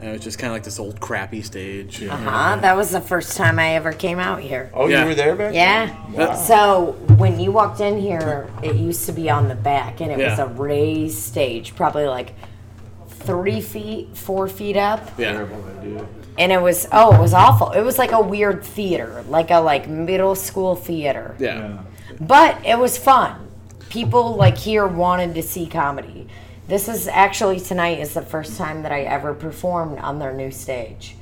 A: And it was just kind of like this old crappy stage.
C: Yeah.
D: Huh? Uh-huh. That was the first time I ever came out here.
C: Oh,
A: Yeah.
C: you were there back?
D: Yeah.
C: Wow.
D: So when you walked in here, it used to be on the back, and it was
A: Yeah.
D: a raised stage, probably like three feet, four feet up.
A: Yeah.
D: and it was oh it was awful it was like a weird theater like a like middle school theater
A: Yeah.
D: but it was fun people like here wanted to see comedy this is actually tonight is the first time that i ever performed on their new stage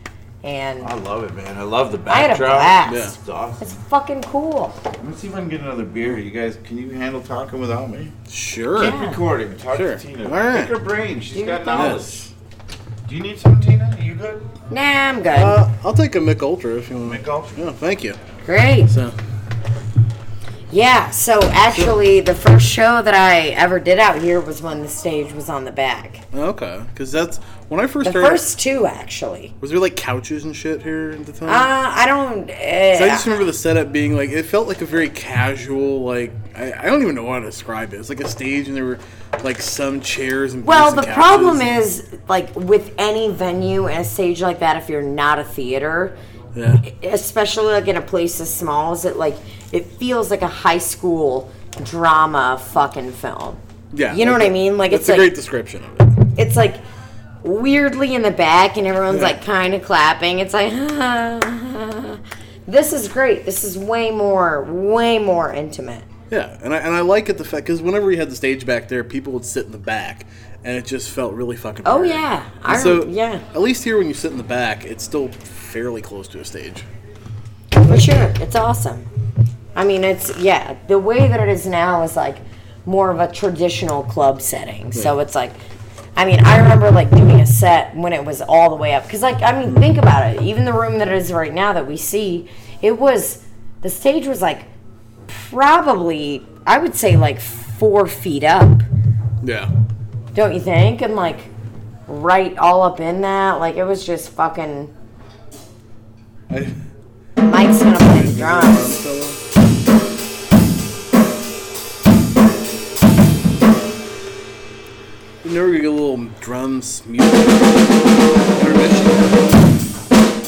D: and
C: I love it, man. I love the
D: I had a
C: backdrop.
D: blast.
A: Yeah.
C: It's awesome.
D: it's fucking cool
C: Let me see if I can get another beer. You guys, can you handle talking without me?
A: Sure.
C: Keep recording. Talk
A: Sure.
C: to Tina.
A: All right.
C: Pick her brain. She's
D: Do
C: got
D: your
C: knowledge.
A: thing.
C: Do you need some, Tina? You good?
D: nah i'm good
A: Uh, I'll take a Mick Ultra if you want.
C: Make golf.
A: Yeah, thank you.
D: great
A: So,
D: yeah so actually the first show that i ever did out here was when the stage was on the back
A: okay. Because that's when I first
D: the
A: started.
D: first two actually
A: was there like couches and shit here at the time?
D: uh, i don't uh,
A: 'Cause I just remember the setup being like it felt like a very casual like I, I don't even know how to describe it. It's like a stage and there were like some chairs and
D: Well,
A: booths
D: the
A: and couches
D: problem
A: and-
D: is, like with any venue and a stage like that, if you're not a theater,
A: yeah
D: especially like in a place as small as it, like it feels like a high school drama fucking film.
A: yeah
D: You know what I mean? Like
A: it's
D: it's
A: a
D: like
A: great description of it.
D: it's like weirdly in the back, and everyone's
A: Yeah.
D: like kind of clapping. It's like. This is great. This is way more, way more intimate.
A: Yeah, and I and I like it the fact because whenever we had the stage back there, people would sit in the back, and it just felt really fucking.
D: Oh
A: weird.
D: yeah, I
A: And so
D: yeah,
A: At least here, when you sit in the back, it's still fairly close to a stage.
D: For sure. It's awesome. I mean, it's, yeah, the way that it is now is like more of a traditional club setting. So it's like, I mean, I remember like doing a set when it was all the way up. Cause, like, I mean, think about it. Even the room that it is right now that we see, it was, the stage was like probably, I would say like four feet up.
A: Yeah.
D: Don't you think? And like, right all up in that. Like, it was just fucking,
A: I,
D: Mike's gonna play the drums.
A: You know, we get a little drums music intermission.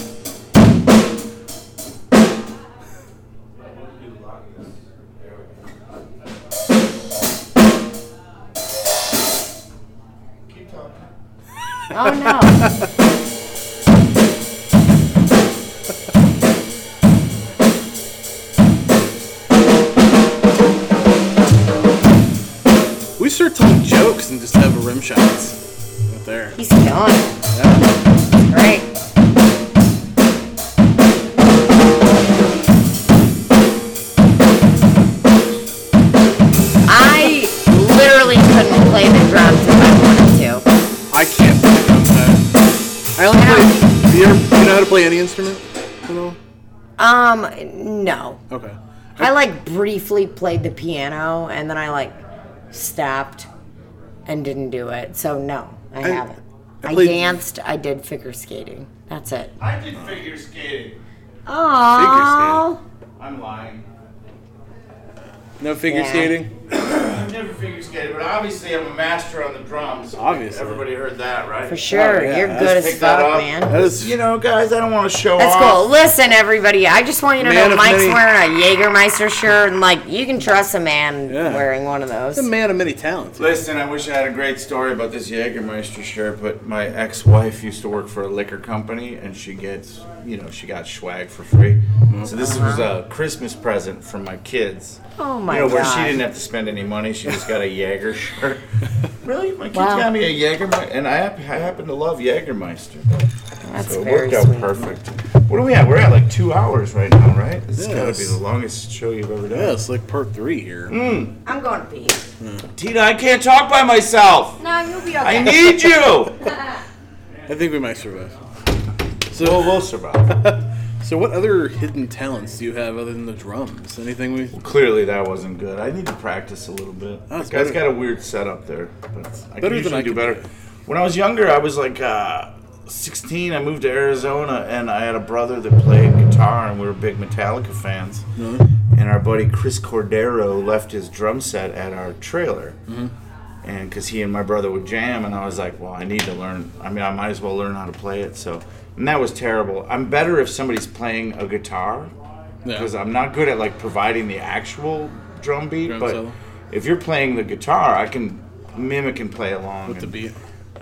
D: Oh no.
A: We start telling jokes and just have a rim shot. Right there.
D: He's done. Great. I literally couldn't play the drums if I wanted to.
A: I can't play drums. I I only
D: Yeah.
A: play. Do you, ever, do you know how to play any instrument? At all?
D: Um, no.
A: Okay.
D: I like briefly played the piano and then I like stopped and didn't do it. So no, I, haven't.
A: I
D: I,
A: played-
D: danced. I did figure skating. That's it.
C: I did figure skating.
D: Oh,
C: I'm lying.
A: No figure
D: Yeah.
A: skating.
C: I've never figure skated, but obviously I'm a master on the drums.
A: Obviously.
C: Everybody heard that, right?
D: for sure.
A: yeah,
D: You're
A: I
D: good
A: just
D: as
C: Pick that
D: fuck,
C: up.
D: man.
A: That is-
C: You know, guys, I don't want to show
D: That's
C: off.
D: cool. Listen, everybody. I just want you to
A: Man
D: know
A: of
D: Mike's
A: many-
D: wearing a Jägermeister shirt, and like you can trust a man
A: Yeah.
D: wearing one of those.
A: a man of many talents.
C: Listen, I wish I had a great story about this Jägermeister shirt, but my ex-wife used to work for a liquor company, and she gets, you know, she got swag for free. So this was a Christmas present from my kids.
D: Oh my
C: you know, where she
D: God.
C: didn't have to spend any money. She just got a Jaeger shirt. really? My kids
D: Wow.
C: got me a Jaegermeister, and I, hap- I happen to love Jaegermeister.
D: That's
C: So it
D: very
C: worked out
D: sweet.
C: perfect. What are we at? We're at like two hours right now, right? This has got to be
A: Yes.
C: the longest show you've ever done.
A: Yeah, it's like part three here.
D: Mm. I'm going to pee.
C: Tina, I can't talk by myself.
D: No, you'll be okay.
C: I need you.
A: I think we might survive.
C: so we'll survive.
A: So, what other hidden talents do you have other than the drums? Anything we?
C: Clearly, that wasn't good. I need to practice a little bit.
A: That's
C: This guy's
A: better.
C: got a weird setup there, but I
A: Better
C: can
A: than
C: usually
A: I
C: do
A: could
C: better.
A: do.
C: When I was younger, I was like uh, 16. I moved to Arizona, and I had a brother that played guitar, and we were big Metallica fans.
A: Uh-huh.
C: And our buddy Chris Cordero left his drum set at our trailer.
A: Mm-hmm.
C: and because he and my brother would jam, and I was like, well, I need to learn. I mean, I might as well learn how to play it. So, and that was terrible. I'm better if somebody's playing a guitar
A: Yeah.
C: because I'm not good at like providing the actual drum beat.
A: Drum
C: but
A: solo.
C: if you're playing the guitar, I can mimic and play along.
A: With the
C: and-
A: beat.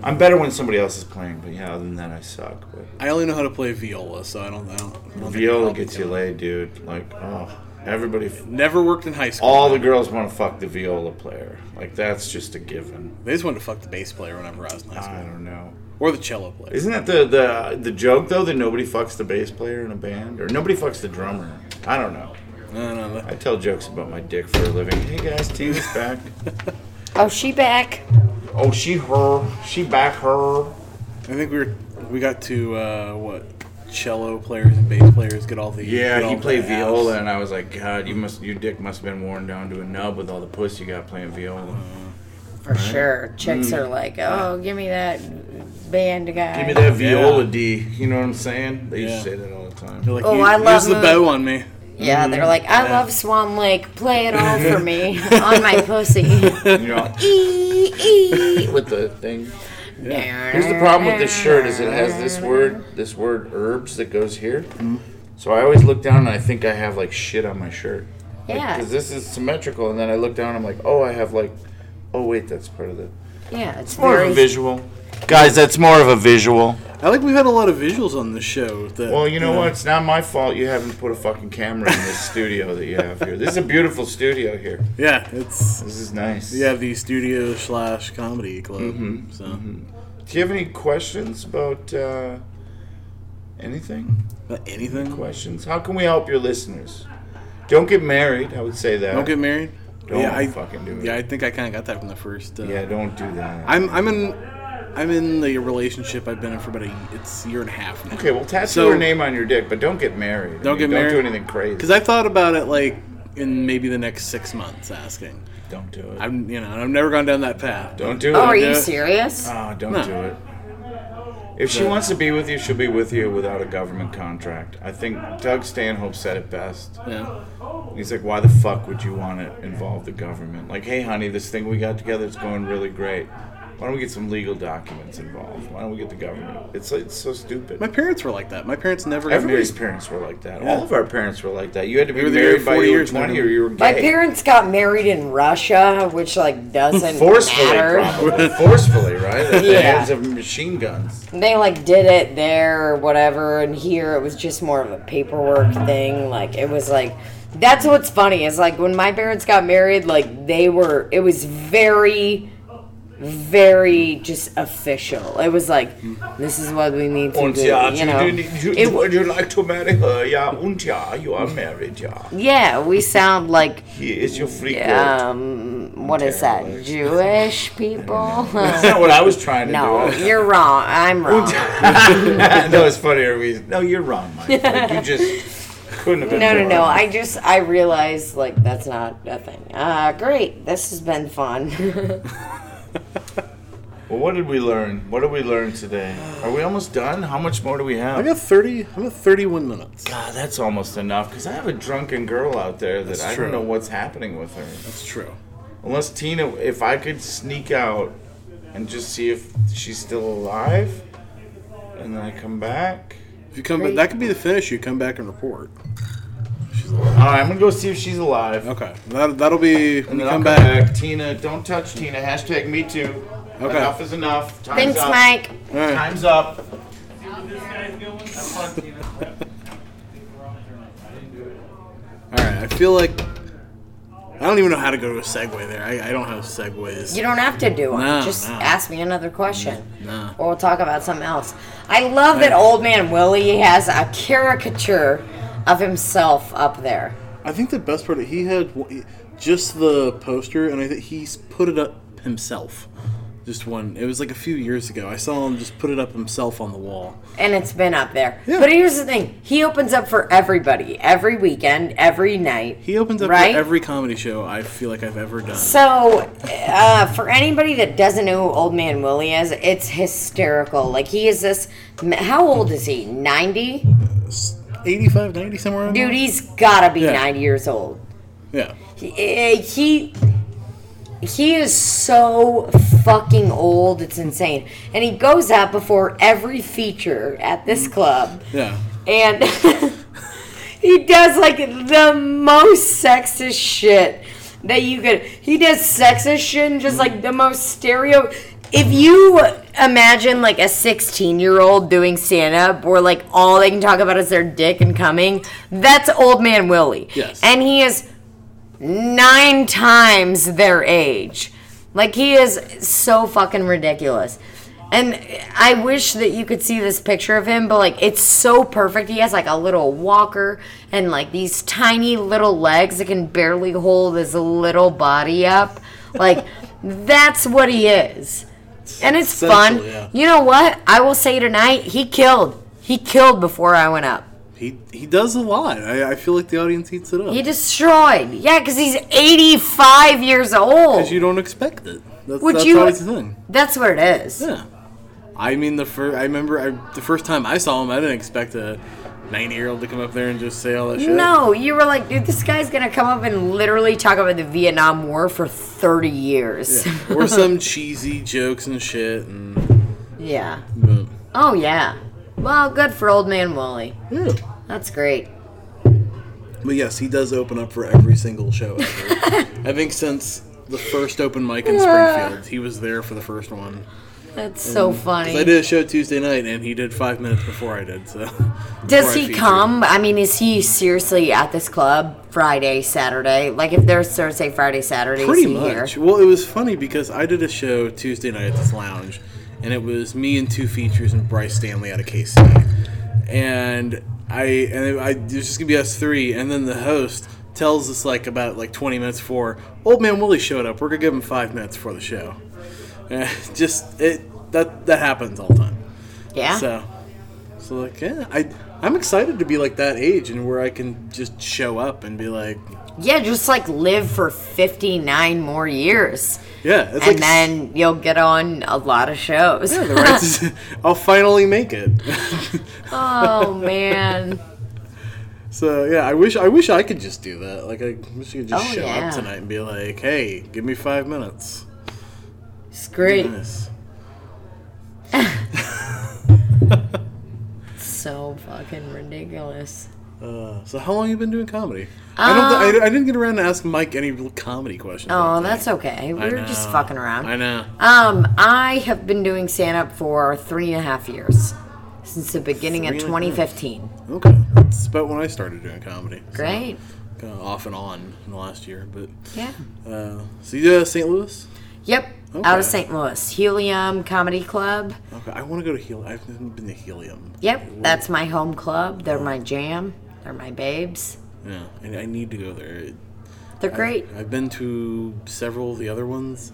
C: I'm better when somebody else is playing, but yeah, other than that, I suck. But
A: I only know how to play viola, so I don't. I don't, I don't think
C: viola
A: I'll be
C: gets you
A: good.
C: laid, dude. Like, oh, everybody. f-
A: Never worked in high school.
C: All the girls want to fuck the viola player. Like that's just a given.
A: They just wanted to fuck the bass player whenever I was in high
C: I
A: school,
C: don't know.
A: or the cello player.
C: Isn't that the, the the joke though that nobody fucks the bass player in a band or nobody fucks the drummer? I don't know.
A: No, no, no.
C: I tell jokes about my dick for a living. Hey guys, Tina's back.
D: Oh, she back.
C: oh, she her, she back
A: I
C: her.
A: think we were we got to uh, what cello players and bass players get all the get
C: Yeah, he
A: all
C: played
A: the
C: viola,
A: abs.
C: and I was like, God, you must your dick must have been worn down to a nub with all the puss you got playing viola.
D: For sure. Chicks are like, oh, give me that band guy.
C: Mm. Give me that viola D. You know what I'm saying? They used to
A: Yeah.
C: say that all the
A: They're
C: time.
A: Like,
D: Oh,
A: use,
D: I love
A: use the
D: moon.
A: bow on me.
D: Yeah,
C: Mm.
D: they're like, I love Swan Lake. Play it all for me on my pussy.
C: You know,
D: Eee, eee.
C: with the thing.
D: Yeah.
C: Here's the problem with this shirt is it has this word, this word herbs that goes here. So I always look down and I think I have like shit on my shirt.
D: Yeah.
C: Because this is symmetrical, and then I look down and I'm like, oh, I have like, oh wait, that's part of the.
D: yeah, it's
C: More of a
D: very.
C: visual. Guys, that's more of a visual.
A: I like we've had a lot of visuals on this show. That,
C: Well, you know what? It's not my fault you haven't put a fucking camera in this studio that you have here. This is a beautiful studio here.
A: Yeah, it's
C: This is nice.
A: yeah the studio slash comedy club.
C: Mm-hmm.
A: so
C: Do you have any questions about uh, anything?
A: About anything.
C: Questions? How can we help your listeners? Don't get married. I would say that.
A: Don't get married.
C: Don't
A: yeah, I
C: fucking do it.
A: Yeah, I think I kind of got that from the first. Uh,
C: Yeah, don't do that.
A: I'm I'm in I'm in the relationship I've been in for about a it's a year and a half now.
C: okay, well, tattoo
A: So-
C: your name on your dick, but don't get married. I
A: Don't get
C: mean,
A: married.
C: Don't do anything crazy.
A: Because I thought about it like in maybe the next six months, asking.
C: don't do it.
A: I'm you know and I've never gone down that path.
C: don't do
D: Oh,
C: it.
D: are you
A: Yeah.
D: serious?
C: Oh, don't
A: No.
C: do it. If she
A: But-
C: wants to be with you, she'll be with you without a government contract. I think Doug Stanhope said it best.
A: Yeah.
C: He's like, why the fuck would you want to involve the government? Like, hey, honey, this thing we got together is going really great. Why don't we get some legal documents involved? Why don't we get the government? It's like, it's so stupid.
A: My parents were like that. My parents never got
C: Everybody's
A: married.
C: parents were like that.
A: Yeah.
C: All of our parents were like that. You had to be
A: were together
C: married by
A: 40
C: you were
A: years,
C: 20
A: man.
C: or you were gay.
D: My parents got married in Russia, which like doesn't
C: Forcefully,
D: matter.
C: probably. Forcefully, right? At the
D: Yeah.
C: hands of machine guns.
D: They like did it there or whatever, and here it was just more of a paperwork thing. Like it was like that's what's funny is like when my parents got married, like they were it was very very just official. It was like, this is what we need to
C: Und
D: do.
C: ja,
D: you know,
C: you, you,
D: It-
C: would you like to marry her? Yeah, und ja, you are married, yeah.
D: yeah, we sound like
C: He is your freak word.
D: um, what is that? Jewish people?
C: That's not what I was trying to
D: no,
C: do.
D: you're wrong. I'm wrong.
C: no, it's funnier. We, no, you're wrong, Mike. Like, you just couldn't have been
D: No, no,
C: more
D: no.
C: wrong.
D: I just I realized like that's not a thing. Uh, great. This has been fun.
C: Well, what did we learn? What did we learn today? Are we almost done? How much more do we have?
A: I got thirty. I'm at thirty-one minutes.
C: God, that's almost enough. Because I have a drunken girl out there that
A: That's
C: I
A: true.
C: don't know what's happening with her.
A: That's true.
C: Unless Tina, if I could sneak out and just see if she's still alive, and then I come back.
A: If you come, back, that could be the finish. You come back and report.
C: All right, I'm gonna go see if she's alive.
A: Okay, that that'll be
C: And
A: when you
C: then I'll
A: come
C: come
A: back.
C: back. Tina, don't touch Tina. Hashtag me too.
A: Okay.
C: Enough is enough. Time's
D: Thanks,
C: up.
D: Mike.
A: All right.
C: Time's up.
A: All right. I feel like I don't even know how to go to a segue there. I, I don't have segues.
D: You don't have to do it.
A: No,
D: Just
A: no.
D: ask me another question.
A: No.
D: Or we'll talk about something else. I love that old man Willie has a caricature of himself up there.
A: I think the best part he had w- just the poster, and I think he's put it up himself. Just one. It was like a few years ago. I saw him just put it up himself on the wall.
D: And it's been up there.
A: Yeah.
D: But here's the thing. He opens up for everybody every weekend, every night.
A: He opens up
D: Right?
A: for every comedy show I feel like I've ever done.
D: So, uh, for anybody that doesn't know who Old Man Willie is, it's hysterical. Like, he is this. How old is he? 90?
A: 85, 90 somewhere. around
D: Dude, he's gotta be
A: Yeah.
D: 90 years old.
A: there? Yeah.
D: Eh, he he is so fucking old it's insane and he goes out before every feature at this club
A: Yeah.
D: and he does like the most sexist shit that you could he does sexist shit and just like the most stereo if you imagine like a 16 year old doing stand up where like all they can talk about is their dick and coming that's old man willie
A: Yes.
D: and he is nine times their age. Like he is so fucking ridiculous. And I wish that you could see this picture of him, but like it's so perfect. He has like a little walker and like these tiny little legs that can barely hold his little body up. Like that's what he is. And it's fun.
A: Essentially, yeah.
D: You know what? I will say tonight, he killed. He killed before I went up.
A: He he does a lot. I, I feel like the audience eats it up.
D: He destroyed. Yeah, because he's 85 years old.
A: Because you don't expect it. That's,
D: Would
A: that's
D: you-
A: always the thing.
D: That's what it is.
A: Yeah. I mean, the first I remember I, the first time I saw him, I didn't expect a ninety-year-old to come up there and just say all that shit.
D: No, you were like, dude, this guy's gonna come up and literally talk about the Vietnam War for 30 years. Yeah.
A: or some cheesy jokes and shit. And but,
D: Oh, yeah. Well, good for old man Wally.
A: yeah.
D: That's great.
A: but yes, he does open up for every single show. Ever. I think since the first open mic in Springfield, he was there for the first one.
D: That's so
A: Mm. 'Cause I
D: funny.
A: did a show Tuesday night, and he did five minutes before I did. So
D: Does
A: before I
D: he
A: featured.
D: come? I mean, is he seriously at this club Friday, Saturday? Like, if there's Thursday, Friday, Saturday,
A: Pretty
D: is he
A: much.
D: here?
A: Well, it was funny because I did a show Tuesday night at this lounge, and it was me and two features and Bryce Stanley out of KC, and I and I it was just gonna be us three, and then the host tells us like about like 20 minutes before old man Willie showed up. We're gonna give him five minutes for the show. Eh, just it that that happens all the time.
D: Yeah.
A: So, so like yeah, I I'm excited to be like that age and where I can just show up and be like
D: Yeah, just like live for 59 more years.
A: yeah, it's
D: and
A: like
D: then you'll get on a lot of shows.
A: Yeah, the rights is- I'll finally make it.
D: oh, man.
A: so yeah, I wish I wish I could just do that. Like I wish I could just
D: Oh,
A: show
D: yeah.
A: up tonight and be like, "Hey, give me five minutes."
D: It's great.
A: Yes.
D: so fucking ridiculous.
A: Uh, so how long you been doing comedy? I don't. thi- I, I didn't get around to ask Mike any real comedy questions.
D: Uh, Oh,
A: I don't
D: that's
A: think.
D: okay. We
A: I
D: were just
A: know.
D: fucking around.
A: I know.
D: Um, I have been doing stand up for three and a half years since the beginning of
A: Three and a half.
D: 2015.
A: Okay, that's about when I started doing comedy. So,
D: Great.
A: kinda off and on in the last year, but
D: Yeah.
A: uh, so you did uh, St. Louis.
D: Yep. out of
A: Okay.
D: St. Louis, Helium Comedy Club.
A: Okay, I want to go to Helium. I've never been to Helium.
D: Yep, that's my home club. They're my jam. They're my babes.
A: Yeah, and I need to go there. It-
D: They're great.
A: I've been to several of the other ones,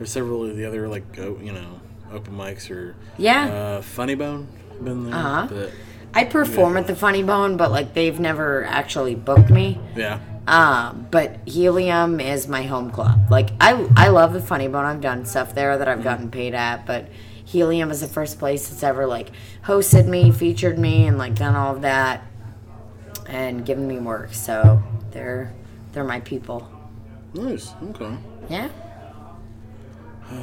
A: or several of the other like go, you know open mics or
D: Yeah.
A: uh, Funny Bone. I've been there,
D: Uh-huh.
A: but
D: I perform at the Funny Bone, but like they've never actually booked me.
A: yeah,
D: Um, but Helium is my home club. Like I, I love the Funny Bone. I've done stuff there that I've gotten paid at, but Helium is the first place that's ever like hosted me, featured me, and like done all of that, and given me work. So they're they're my people.
A: nice. Okay.
D: Yeah.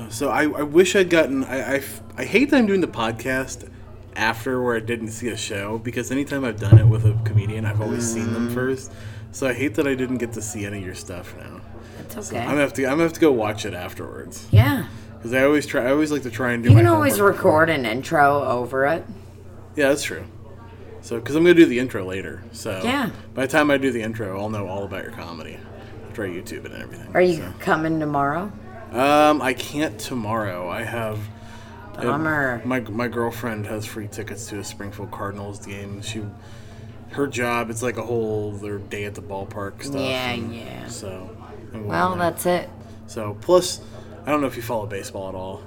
A: So I, I wish I'd gotten. I, I f- I hate that I'm doing the podcast after where I didn't see a show because anytime I've done it with a comedian, I've always seen them first. So I hate that I didn't get to see any of your stuff now.
D: It's
A: I'm
D: okay.
A: gonna have to. I'm gonna have to go watch it afterwards
D: yeah.
A: because I always try. I always like to try and do.
D: You
A: my
D: can always
A: homework.
D: record an intro over it.
A: Yeah, that's true. So because I'm gonna do the intro later. So
D: Yeah.
A: By the time I do the intro, I'll know all about your comedy. I'll try YouTube it and everything.
D: Are you
A: so.
D: coming tomorrow?
A: Um, I can't tomorrow. I have. uh,
D: Bummer.
A: my my girlfriend has free tickets to a Springfield Cardinals game. She, her job, it's like a whole their day at the ballpark stuff.
D: Yeah,
A: and
D: yeah.
A: So. I'm going
D: Well,
A: there.
D: that's it.
A: So plus, I don't know if you follow baseball at all,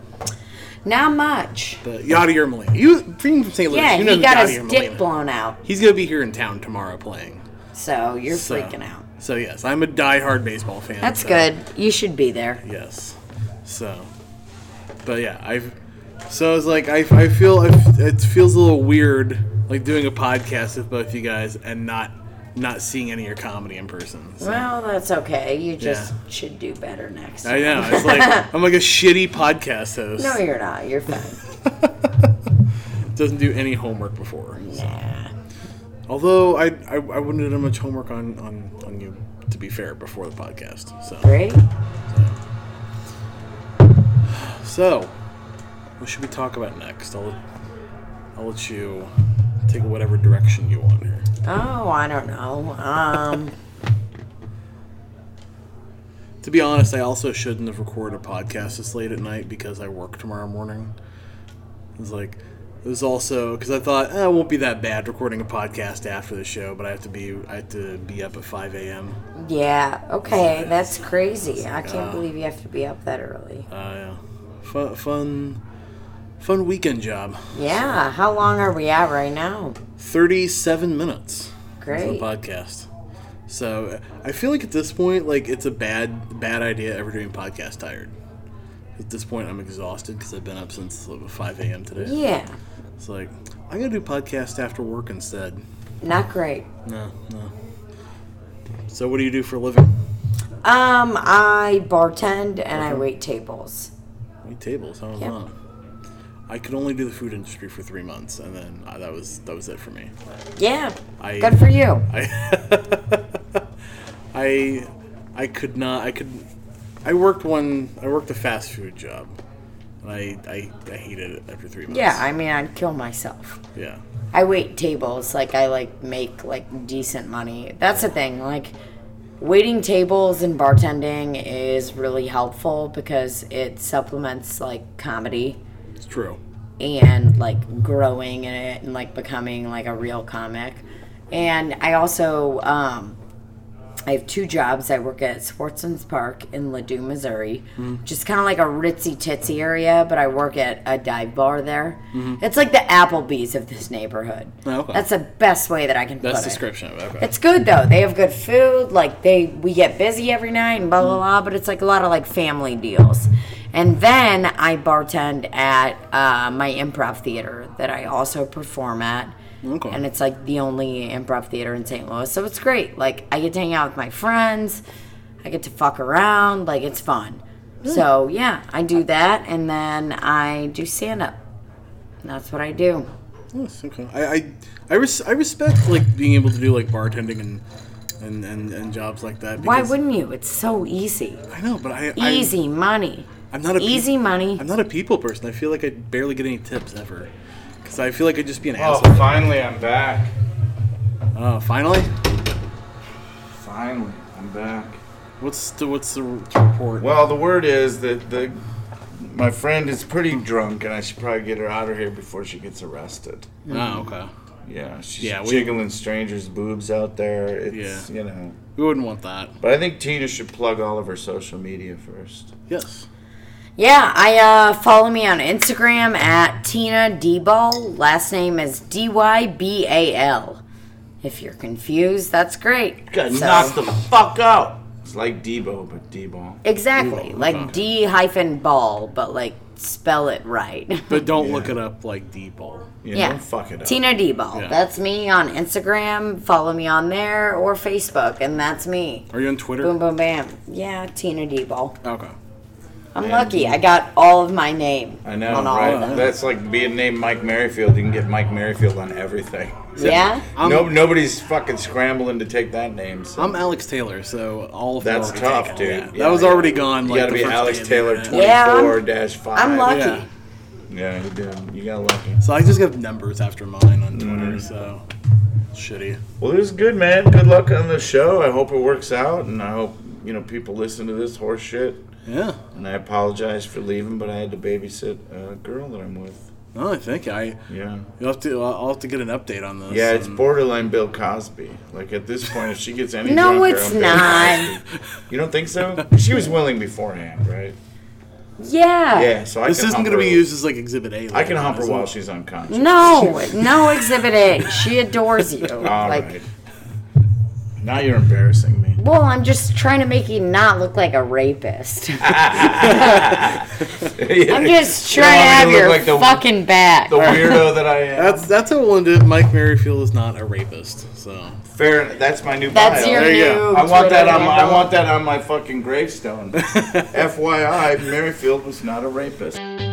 D: Not much.
A: but Yadier Molina. You being from St. Louis,
D: Yeah,
A: you know
D: he
A: who
D: got
A: Yadier
D: his
A: Molina.
D: dick blown out,
A: He's gonna be here in town tomorrow playing.
D: so you're
A: So-
D: freaking out.
A: So yes, I'm a diehard baseball fan.
D: That's
A: so-
D: good. You should be there.
A: Yes. So, but yeah, I've. So I was like, I, I feel I've, it feels a little weird, like doing a podcast with both you guys and not not seeing any of your comedy in person. So.
D: Well, that's okay. You just
A: Yeah.
D: should do better next.
A: I
D: time.
A: know it's like I'm like a shitty podcast host.
D: No, you're not. You're fine.
A: doesn't do any homework before.
D: nah.
A: Although I I, I wouldn't have done much homework on on on you to be fair before the podcast. So
D: Great.
A: so what should we talk about next? I'll I'll let you take whatever direction you want here.
D: Oh, I don't know. Um,
A: To be honest, I also shouldn't have recorded a podcast this late at night because I work tomorrow morning. It was like, it was also because I thought eh, it won't be that bad recording a podcast after the show, but I have to be I have to be up at five a.m.
D: yeah. Okay, that's crazy. I can't believe you have to be up that early.
A: Uh, yeah. fun, fun, fun weekend job.
D: Yeah. How long are we at right now?
A: Thirty-seven minutes for the
D: Great.
A: podcast. So I feel like at this point, like it's a bad bad idea ever doing podcast tired. At this point, I'm exhausted because I've been up since like, five a.m. today.
D: Yeah.
A: It's like I'm gonna do podcast after work instead.
D: Not great.
A: No, no. So what do you do for a living?
D: Um, I bartend and I wait tables.
A: Wait tables. How
D: Yep.
A: long? I could only do the food industry for three months, and then uh, that was that was it for me.
D: Yeah.
A: I-
D: Good for you.
A: I I I could not. I could. I worked one. I worked a fast food job, and I I, I hated it after three months.
D: Yeah, I mean, I'd kill myself.
A: yeah.
D: I wait tables. Like I like make like decent money. That's the thing. Like waiting tables and bartending is really helpful because it supplements like comedy
A: It's true.
D: and like growing in it and like becoming like a real comic. And I also um I have two jobs. I work at Sportsman's Park in Ladue, Missouri,
A: Mm-hmm.
D: just kind of like a ritzy titsy area. But I work at a dive bar there. It's like the Applebee's of this neighborhood.
A: Mm-hmm. Oh, okay.
D: That's the best way that I can
A: That's
D: put it.
A: description of it. Okay.
D: It's good though. They have good food. Like they, we get busy every night and blah blah blah. But it's like a lot of like family deals. And then I bartend at uh, my improv theater that I also perform at.
A: Okay.
D: And it's like the only improv theater in St. Louis, so it's great. Like I get to hang out with my friends. I get to fuck around. Like it's fun. So yeah, I do that, and then I do stand up. That's what I do.
A: Yes, okay. I I, I, res- I respect like being able to do like bartending and and, and, and jobs like that.
D: Why
A: because-
D: wouldn't you? It's so easy.
A: I know? But I I-
D: Easy money.
A: I'm not a peop-
D: easy money.
A: I'm not a people person. I feel like I barely get any tips ever, because I feel like I'd just be an
C: Oh,
A: asshole.
C: finally, I'm back.
A: Oh, finally,
C: Finally, I'm back.
A: what's the what's the r- report?
C: Well, the word is that the my friend is pretty drunk, and I should probably get her out of here before she gets arrested.
A: Oh,
C: Mm-hmm.
A: okay.
C: Yeah, she's
A: Yeah, we-
C: jiggling strangers' boobs out there. It's
A: Yeah.
C: you know.
A: We wouldn't want that.
C: But I think Tina should plug all of her social media first.
A: Yes.
D: Yeah, I uh, follow me on Instagram at Tina Dbal. Last name is D Y B A L. If you're confused, that's great.
C: Got
D: So-
C: knocked the fuck out. It's like Debo, but D-ball.
D: Exactly, like D hyphen ball, but like spell it right.
A: But don't look it up like Deeple.
C: Yeah, don't fuck it up.
D: Tina Dbal.
A: Yeah.
D: That's me on Instagram. Follow me on there or Facebook, and that's me.
A: Are you on Twitter?
D: Boom, boom, bam. Yeah, Tina Dbal.
A: Okay.
D: I'm
C: Man.
D: lucky. I got all of my name
C: I know,
D: on all of
C: right?
D: them.
C: That's like being named Mike Merrifield. You can get Mike Merrifield on everything.
D: Yeah.
A: I'm,
C: no, nobody's fucking scrambling to take that name. So.
A: I'm Alex Taylor, so all of them
C: That's
A: are already taken.
C: tough, dude.
A: Yeah,
C: Yeah,
A: that was
C: yeah.
A: already gone.
C: you
A: like,
C: gotta
A: the
C: be
A: first
C: Alex
A: day of the
C: Taylor
A: internet.
C: 24
D: Yeah, I'm-
C: dash 5.
D: I'm lucky.
A: Yeah.
C: Yeah, you did. You got lucky.
A: So I just have numbers after mine on
C: Mm-hmm.
A: Twitter, so shitty.
C: Well, it was good, man. Good luck on the show. I hope it works out, and I hope, you know, people listen to this horse shit.
A: Yeah.
C: And I apologize for leaving, but I had to babysit a girl that I'm with.
A: No, I think I.
C: Yeah.
A: You'll have to. I'll I'll have to get an update on this.
C: Yeah, it's
A: and-
C: borderline Bill Cosby. Like at this point, if she gets any
D: No,
C: drunker,
D: it's
C: I'm Bill
D: not.
C: Cosby. You don't think so? She was willing beforehand, right?
D: Yeah.
C: Yeah, so I
A: This
C: can
A: isn't
C: hump
A: going to
C: her-
A: be used as like Exhibit A.
C: I can hump her
A: later on,
C: while
A: so-
C: she's unconscious.
D: Mm, No, no exhibit A. She adores you.
C: All
D: like,
C: right. Now you're embarrassing me.
D: well, I'm just trying to make you not look like a rapist. I'm just
C: You don't want me
D: trying to have
C: look
D: your
C: like the-
D: fucking back.
C: the weirdo that I am.
A: That's that's how we'll do. Mike Merrifield is not a rapist, so
C: fair. That's my new
D: That's
C: bio.
D: your
A: There you
D: new.
A: go.
C: I
D: Twitter
C: want that on. My, I
D: handle.
C: want that on my fucking gravestone. FYI, Merrifield was not a rapist.